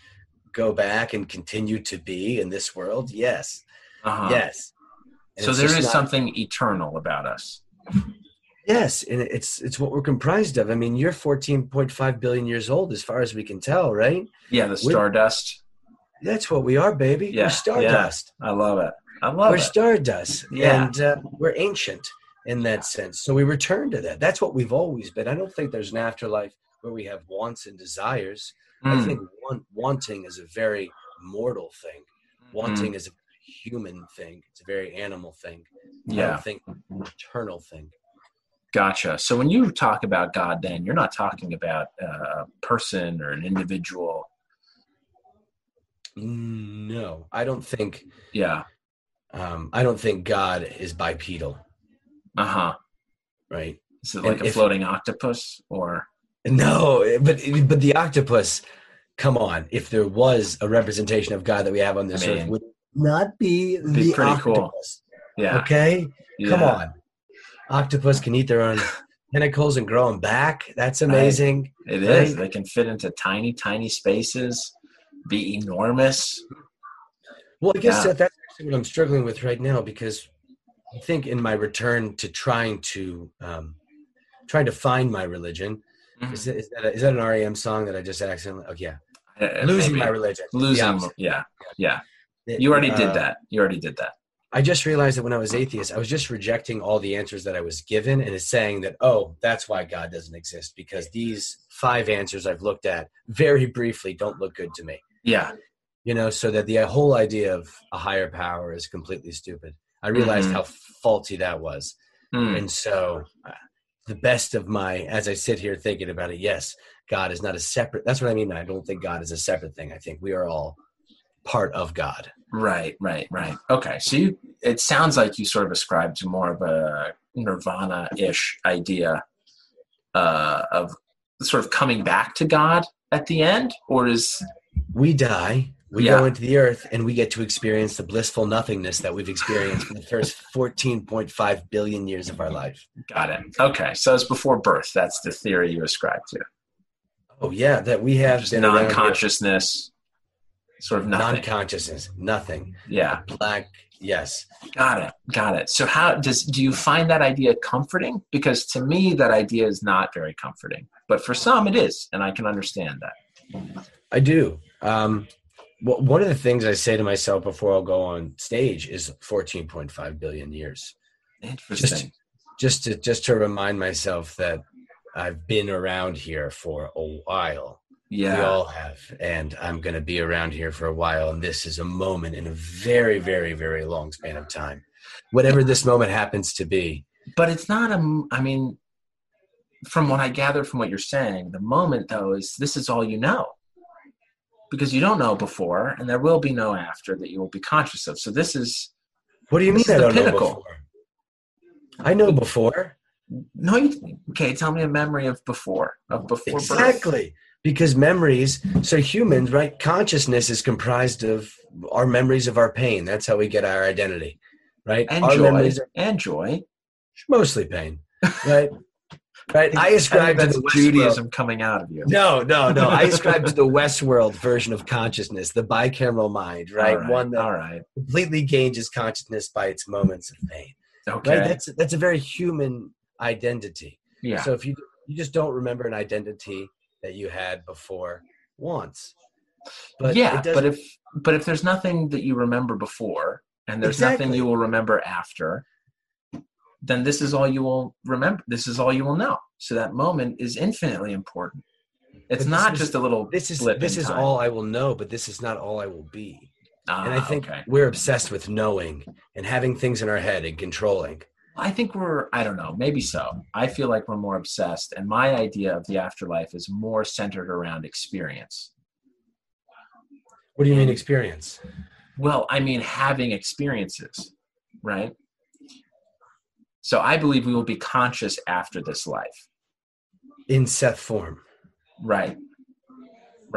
go back and continue to be in this world? Yes,
Uh-huh.
yes. And
So
it's
there
just
is
not-
something eternal about us.
Yes, and it's it's what we're comprised of. I mean, you're 14.5 billion years old, as far as we can tell, right?
Yeah, the stardust.
That's what we are, baby.
Yeah, yeah.
We're stardust.
I love it. I love
We're
it.
stardust,
Yeah.
and uh, we're ancient in that sense. So we return to that. That's what we've always been. I don't think there's an afterlife where we have wants and desires. I
Mm.
think want, wanting is a very mortal thing.
Hmm. Mm-hmm.
Wanting is a human thing. It's a very animal thing. I
Yeah.
don't think eternal thing.
Gotcha. So when you talk about God, then you're not talking about uh, a person or an individual.
No, I don't think.
Yeah.
um, I don't think God is bipedal,
Uh huh.
right?
Is it like
And
a
if-
floating octopus or?
No, but but the octopus. Come on, if there was a representation of God that we have on this
I mean,
earth, would it not be,
be
the
pretty cool.
octopus.
Yeah.
Okay, come
Yeah.
on, octopus can eat their own tentacles and grow them back. That's amazing.
It is.
Right?
They can fit into tiny, tiny spaces, be enormous.
Well, I guess
Yeah.
that that's actually what I'm struggling with right now because I think in my return to trying to um, trying to find my religion
Mm.
is, that- is that a- is that an REM song that I just accidentally? Oh yeah.
Uh,
losing
maybe.
my religion.
losing.
Yeah.
Yeah. You already did
Uh,
that. You already did that.
I just realized that when I was atheist, I was just rejecting all the answers that I was given and is saying that, oh, that's why God doesn't exist because these five answers I've looked at very briefly don't look good to me.
Yeah.
You know, so that the whole idea of a higher power is completely stupid. I realized
Mhm.
how faulty that was.
Mm.
And so, uh, the best of my, as I sit here thinking about it, yes, God is not a separate, that's what I mean. I don't think God is a separate thing. I think we are all part of God.
Right, right, right. Okay. So you, it sounds like you sort of ascribe to more of a nirvana ish idea uh, of sort of coming back to God at the end, or is
we die we
Yeah.
go into the earth and we get to experience the blissful nothingness that we've experienced for the first 14.5 billion years of our life
got it? Okay. So it's before birth. That's the theory you ascribe to.
oh yeah that we have
Just
been around here-
non-consciousness, sort of nothing.
non-consciousness nothing
yeah.
black yes
Got it. Got it. So how does do you find that idea comforting? Because to me, that idea is not very comforting. But for some, it is, and I can understand that.
i do um wh- one of the things i say to myself before i'll go on stage is 14.5 billion years
Interesting.
just to just to remind myself that i've been around here for a while
yeah.
We all have. And I'm going to be around here for a while. And this is a moment in a very, very, very long span of time. Whatever this moment happens to be,
but it's not a m- i mean from what i gather from what you're saying the moment though is this is all you know because you don't know before and there will be no after that you will be conscious of so this is
what do you
This
mean I
is the
don't
pinnacle.
know before? I know before.
no you, okay tell me a memory of before of before birth.
Exactly. Because memories, so humans, right? Consciousness is comprised of our memories of our pain. That's how we get our identity, right?
and
our
joy
memories are
and joy
mostly pain, right? right. I
think
ascribe to
that's
the Westworld-
judaism coming out of you
No, no, no. I ascribe to the Westworld version of consciousness, the bicameral mind, right?
all right,
One that
all right
completely gauges consciousness by its moments of pain.
okay
Right? That's that's a very human identity.
yeah
So if you you just don't remember an identity that you had before once, but
yeah
it doesn't-
but if but if there's nothing that you remember before and there's nothing
Exactly.
you will remember after then this is all you will remember this is all you will know so that moment is infinitely important it's
this
not
is-
just a little
this is
blip in
this is
time.
all I will know, but this is not all I will be.
Ah,
And I think
okay.
we're obsessed with knowing and having things in our head and controlling.
i think we're i don't know maybe so i feel like we're more obsessed and my idea of the afterlife is more centered around experience
What do you mean
Mm.
experience?
Well, I mean, having experiences, right? So I believe we will be conscious after this life,
In Seth form.
right?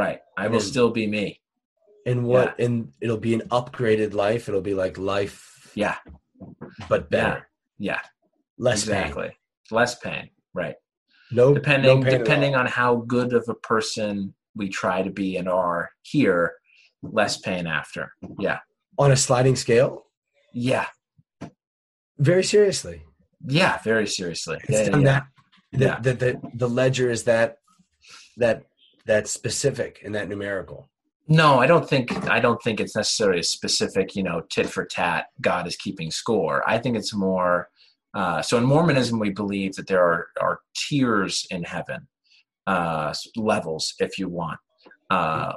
Right. I will
And-
still be me.
and what and it'll be an upgraded life it'll be like life
Yeah.
but better
Yeah.
less pain
exactly. Less pain. Right.
no
Depending
no pain at
depending
all.
on how good of a person we try to be and are here, less pain after. Yeah.
on a sliding scale
Yeah.
very seriously
Yeah. Very seriously.
it's
yeah,
done
yeah.
that the,
Yeah.
the, the, the ledger is that that that specific and that numerical
No, I don't think I don't think it's necessarily a specific, you know, tit for tat. God is keeping score. I think it's more. Uh, so in Mormonism, we believe that there are are tiers in heaven, uh, s- levels, if you want, uh,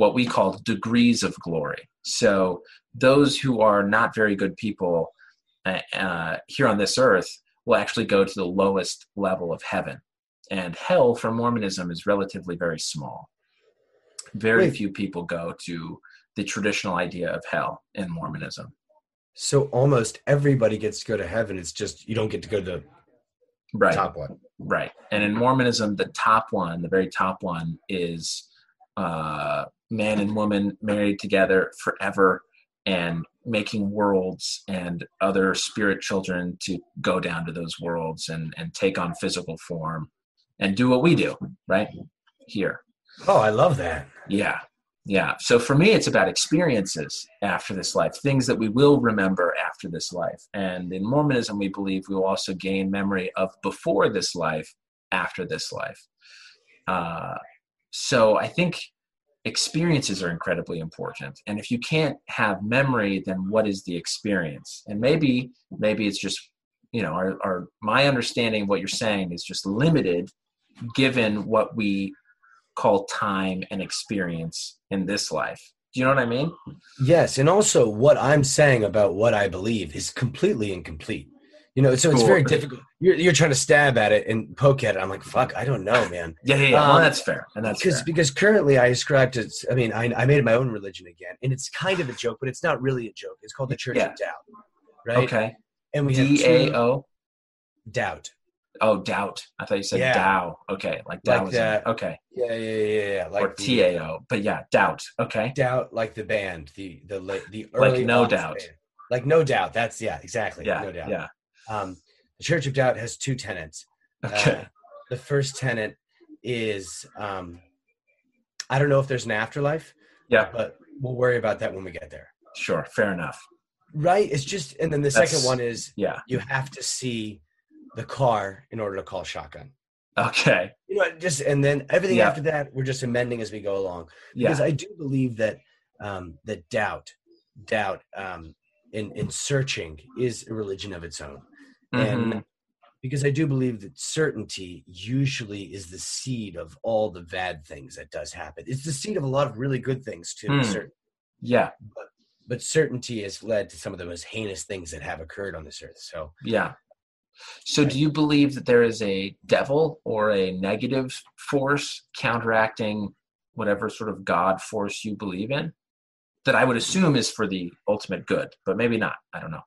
what we call degrees of glory. So those who are not very good people uh, uh, here on this earth will actually go to the lowest level of heaven, and hell for Mormonism is relatively very small very
Wait.
few people go to the traditional idea of hell in Mormonism.
so almost everybody gets to go to heaven it's just you don't get to go to the
Right.
top one
Right. And in Mormonism, the top one, the very top one, is uh, man and woman married together forever and making worlds and other spirit children to go down to those worlds and, and take on physical form and do what we do, right? Here.
oh i love that
Yeah. Yeah. So for me, it's about experiences after this life, things that we will remember after this life. And in Mormonism, we believe we will also gain memory of before this life, after this life. Uh, so I think experiences are incredibly important and if you can't have memory then what is the experience and maybe maybe it's just you know our, our my understanding of what you're saying is just limited given what we call time and experience in this life do you know what i mean
Yes, and also what I'm saying about what I believe is completely incomplete. You know, so it's very
Sure.
difficult. You're, you're trying to stab at it and poke at it. I'm like, fuck, I don't know, man.
yeah yeah, yeah. well,
Um,
that's fair and that's
because
fair.
because currently I ascribe to. I mean, I, I made it my own religion again, and it's kind of a joke, but it's not really a joke. It's called the Church
Yeah.
of Doubt, right?
okay
And we have two-
d-a-o
doubt.
oh doubt i thought you said
Yeah.
dao okay like Taoism.
that.
okay
Yeah, yeah, yeah, yeah. Like
or
the-
tao but yeah doubt okay
doubt, like the band, the the la- the
Like
early
No
aughts
Doubt.
band. like no doubt. That's yeah, exactly.
yeah
no doubt.
yeah
Um, the Church of Doubt has two tenets.
okay
Uh, the first tenet is um, I don't know if there's an afterlife,
yeah
but we'll worry about that when we get there.
sure fair enough
Right? It's just, and then the
That's-
second one is
yeah
you have to see the car in order to call shotgun.
okay
You know, just and then everything
Yeah.
after that, we're just amending as we go along.
yeah
Because I do believe that um, that doubt, doubt um, in in searching is a religion of its own.
Mhm.
and because I do believe that certainty usually is the seed of all the bad things that does happen. It's the seed of a lot of really good things too.
Hmm.
cer-
yeah
but certainty has led to some of the most heinous things that have occurred on this earth. So
Yeah. So, do you believe that there is a devil or a negative force counteracting whatever sort of God force you believe in? That I would assume is for the ultimate good, but maybe not. I don't know.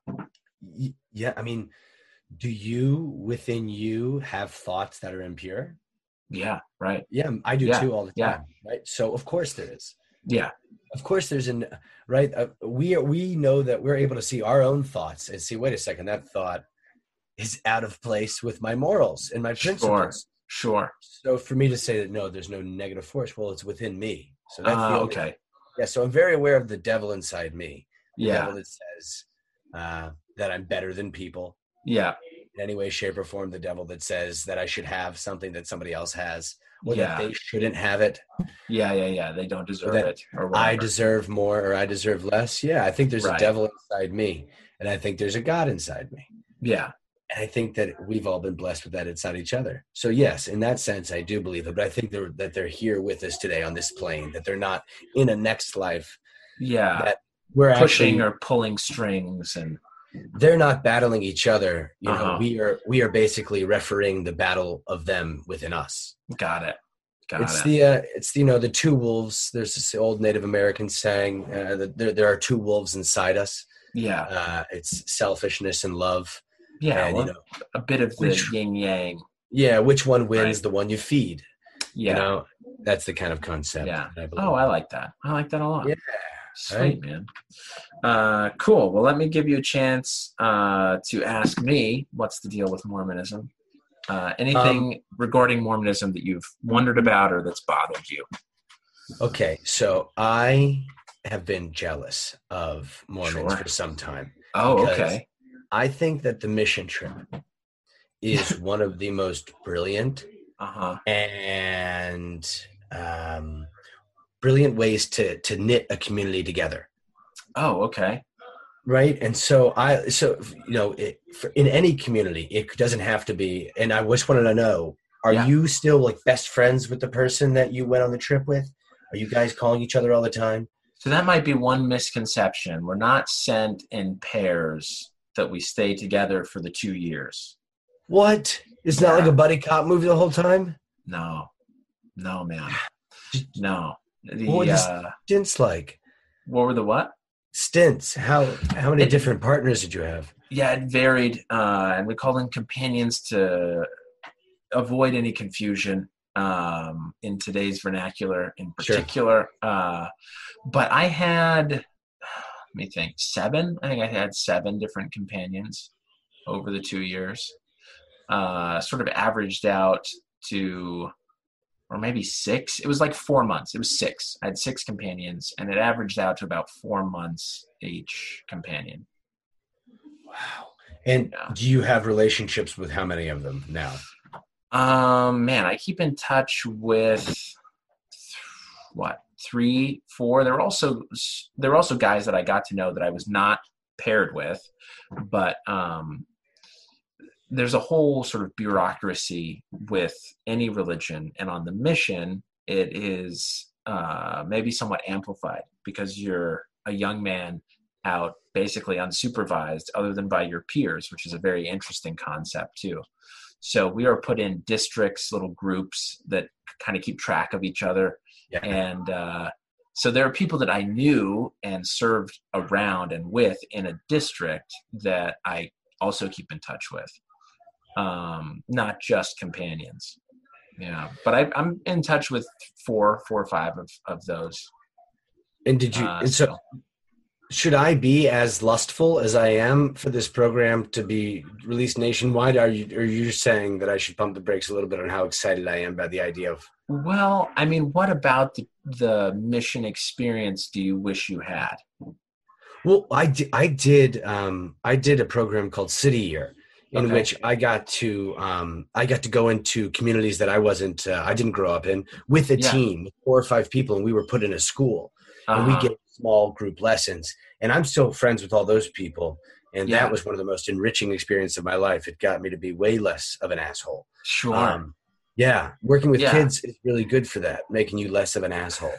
y- yeah, I mean, do you within you have thoughts that are impure?
Yeah, right.
Yeah, I do
Yeah,
too all the
yeah.
time. Right. So of course there is.
Yeah,
Of course there's an right. Uh, we are, we know that we're able to see our own thoughts and see. Wait a second, that thought is out of place with my morals and my
Sure.
principles.
sure.
So for me to say that no, there's no negative force, well, it's within me. So that's
Ah,
the only,
okay.
Yeah. So I'm very aware of the devil inside me. The
Yeah,
Devil that says uh, that I'm better than people
yeah,
in any way, shape, or form. The devil that says that I should have something that somebody else has, or that
yeah,
they shouldn't have it.
yeah, yeah, yeah. They don't deserve
that
it, or whatever.
I deserve more, or I deserve less. Yeah. I think there's
Right.
a devil inside me, and I think there's a God inside me.
yeah,
And I think that we've all been blessed with that inside each other. So yes, in that sense, I do believe it. But I think they're, that they're here with us today on this plane. That they're not in a next life.
yeah.
That We're
Pushing
actually
or pulling strings, and
they're not battling each other. You
Uh-huh.
know, we are we are basically refereeing the battle of them within us.
got it, got
it's
it.
the uh, it's you know the two wolves. There's this old Native American saying uh, that there there are two wolves inside us.
yeah,
Uh, it's selfishness and love.
yeah.
and,
well,
you know,
a bit of the
which-
yin yang.
yeah, which one wins?
Right.
The one you feed.
Yeah.
you know that's the kind of concept
Yeah.
that I believe.
Oh, I like that. I like that a lot.
Yeah,
Sweet,
right?
man. Uh, cool. Well, let me give you a chance uh, to ask me what's the deal with Mormonism? Uh, anything
Um,
regarding Mormonism that you've wondered about or that's bothered you?
okay so i have been jealous of mormons
Sure.
for some time
Oh,
Because-
okay.
i think that the mission trip is one of the most brilliant
Uh huh.
and um, brilliant ways to to knit a community together
Oh, okay.
right and so i so you know it, for, in any community it doesn't have to be and i just wanted to know are
Yeah.
you still like best friends with the person that you went on the trip with are you guys calling each other all the time
So that might be one misconception. We're not sent in pairs that we stay together for the two years.
what it's not like a buddy cop movie the whole time
No, no, man. No. The,
Well, just-
uh,
stints like
what were the what?
stints how how many
It-
different partners did you have
yeah it varied uh, and we called in companions to avoid any confusion um, in today's vernacular in
Sure.
particular uh, but i had let me think seven i think i had seven different companions over the two years uh, sort of averaged out to or maybe six it was like four months it was six i had six companions and it averaged out to about four months each companion
wow and
Yeah.
do you have relationships with how many of them now
Um, man, I keep in touch with what three, four. There were also there were also guys that I got to know that I was not paired with, but um, there's a whole sort of bureaucracy with any religion, and on the mission, it is uh, maybe somewhat amplified because you're a young man out basically unsupervised other than by your peers which is a very interesting concept too so we are put in districts little groups that kind of keep track of each other yeah. and uh, so there are people that i knew and served around and with in a district that i also keep in touch with um, not just companions yeah but I, am in touch with four four or five of, of those
and did you uh, and so should I be as lustful as I am for this program to be released nationwide? Are you are you saying that I should pump the brakes a little bit on how excited I am about the idea of?
Well, I mean, what about the, the mission experience do you wish you had?
Well, I, di- I did um, I did a program called City Year, in okay. which I got to um, I got to go into communities that I wasn't uh, I didn't grow up in with a yeah. team, four or five people, and we were put in a school, uh-huh.
Um,
and we get small group lessons. And I'm still friends with all those people. And yeah. that was one of the most enriching experiences of my life. It got me to be way less of an asshole.
Sure. Um,
yeah. Working with yeah. kids is really good for that, making you less of an asshole.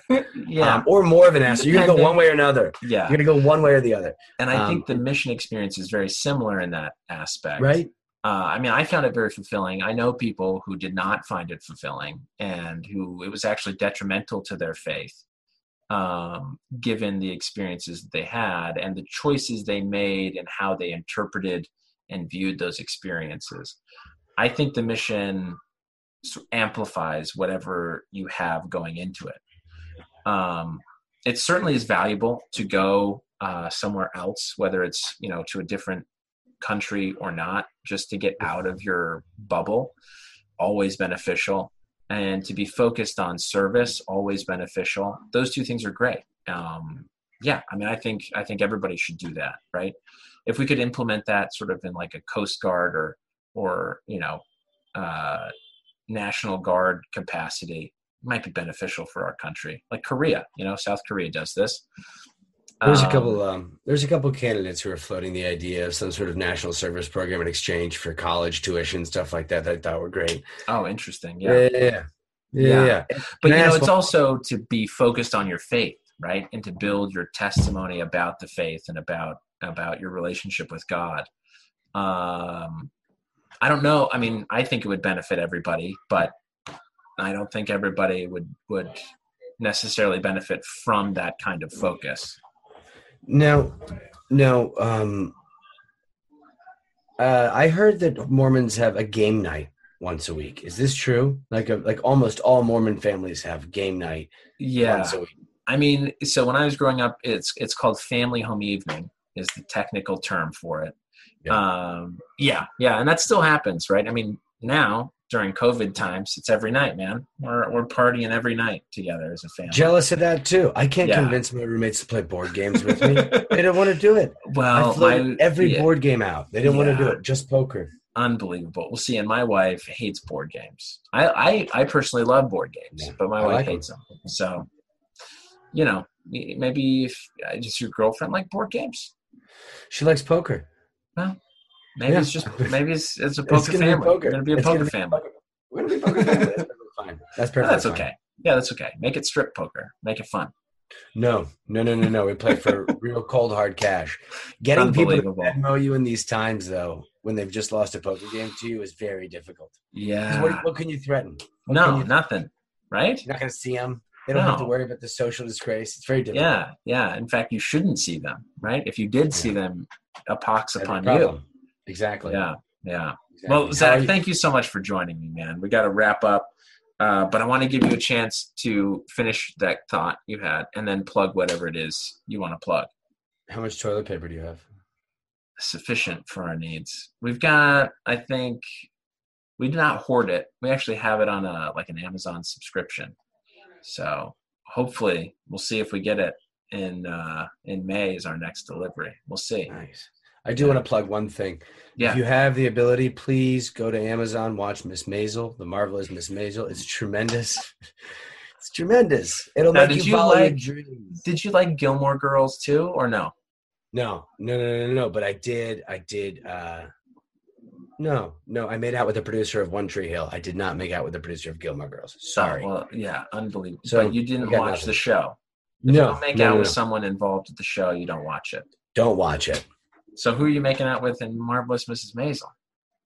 yeah. Um,
or more of an asshole. You're going to go one way or another.
Yeah.
You're going to go one way or the other.
And I um, think the mission experience is very similar in that aspect.
Right.
Uh, I mean, I found it very fulfilling. I know people who did not find it fulfilling and who it was actually detrimental to their faith um, given the experiences that they had and the choices they made and how they interpreted and viewed those experiences. I think the mission amplifies whatever you have going into it. Um, it certainly is valuable to go uh, somewhere else, whether it's you know to a different country or not, just to get out of your bubble. Always beneficial and to be focused on service always beneficial those two things are great um, yeah i mean i think i think everybody should do that right if we could implement that sort of in like a coast guard or or you know uh, national guard capacity might be beneficial for our country like korea you know south korea does this
there's um, a couple. Um, there's a couple candidates who are floating the idea of some sort of national service program in exchange for college tuition stuff like that. That I thought were great.
Oh, interesting.
Yeah, yeah, yeah. yeah. yeah.
But and you know, it's what... also to be focused on your faith, right, and to build your testimony about the faith and about about your relationship with God. Um, I don't know. I mean, I think it would benefit everybody, but I don't think everybody would would necessarily benefit from that kind of focus.
Now, now, um, uh, I heard that Mormons have a game night once a week. Is this true? Like, a, like almost all Mormon families have game night.
Yeah. I mean, so when I was growing up, it's it's called family home evening is the technical term for it. Yeah. Um, yeah, yeah, and that still happens, right? I mean, now during COVID times, it's every night, man. We're we're partying every night together as a family.
Jealous of that too. I can't yeah. convince my roommates to play board games with me. they don't want to do it.
Well,
my, every yeah. board game out. They don't yeah. want to do it. Just poker.
Unbelievable. We'll see. And my wife hates board games. I I, I personally love board games, but my I wife like hates them. them. So, you know, maybe if uh, does your girlfriend like board games?
She likes poker.
Well, Maybe yeah. it's just maybe it's it's a poker it's family. Poker. It's gonna be a poker family. We're gonna be poker family.
Fine. That's perfect. No,
that's okay. Yeah, that's okay. Make it strip poker. Make it fun.
No, no, no, no, no. We play for real cold hard cash. Getting people to Venmo you in these times, though, when they've just lost a poker game to you, is very difficult.
Yeah.
What, what, can you threaten? What
no,
you
nothing. Right?
You're not going to see them. They don't no. have to worry about the social disgrace. It's very difficult.
Yeah, yeah. In fact, you shouldn't see them. Right? If you did yeah. see them, a pox That'd upon you.
Exactly.
Yeah. Yeah. Exactly. Well, Zach, you? thank you so much for joining me, man. We got to wrap up, uh, but I want to give you a chance to finish that thought you had and then plug whatever it is you want to plug.
How much toilet paper do you have?
Sufficient for our needs. We've got, I think, we do not hoard it. We actually have it on a like an Amazon subscription. So hopefully, we'll see if we get it in uh, in May is our next delivery. We'll see.
Nice. I do want to plug one thing.
Yeah.
If you have the ability, please go to Amazon, watch Miss Maisel, the marvelous Miss Maisel. It's tremendous. It's tremendous. It'll
Now,
make
did
you
you
follow your
like-
dreams.
Did you like Gilmore Girls too, or no?
No, no, no, no, no, no. But I did, I did. uh No, no. I made out with the producer of One Tree Hill. I did not make out with the producer of Gilmore Girls. Sorry.
Oh, well, yeah, unbelievable.
So,
but you didn't
got
watch
nothing.
the show. If you
no,
don't make
no,
out
no,
with
no.
someone involved with the show, you don't watch it.
Don't watch it.
So who are you making out with in Marvelous Mrs. Maisel,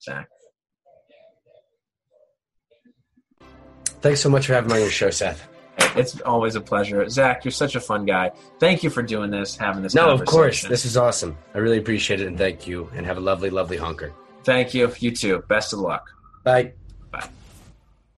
Zach?
Thanks so much for having me on your show, Seth.
It's always a pleasure. Zach, you're such a fun guy. Thank you for doing this, having this
No, of
conversation.
course. This was awesome. I really appreciate it, and thank you. And have a lovely, lovely honker.
Thank you. You too. Best of luck.
Bye.
Bye.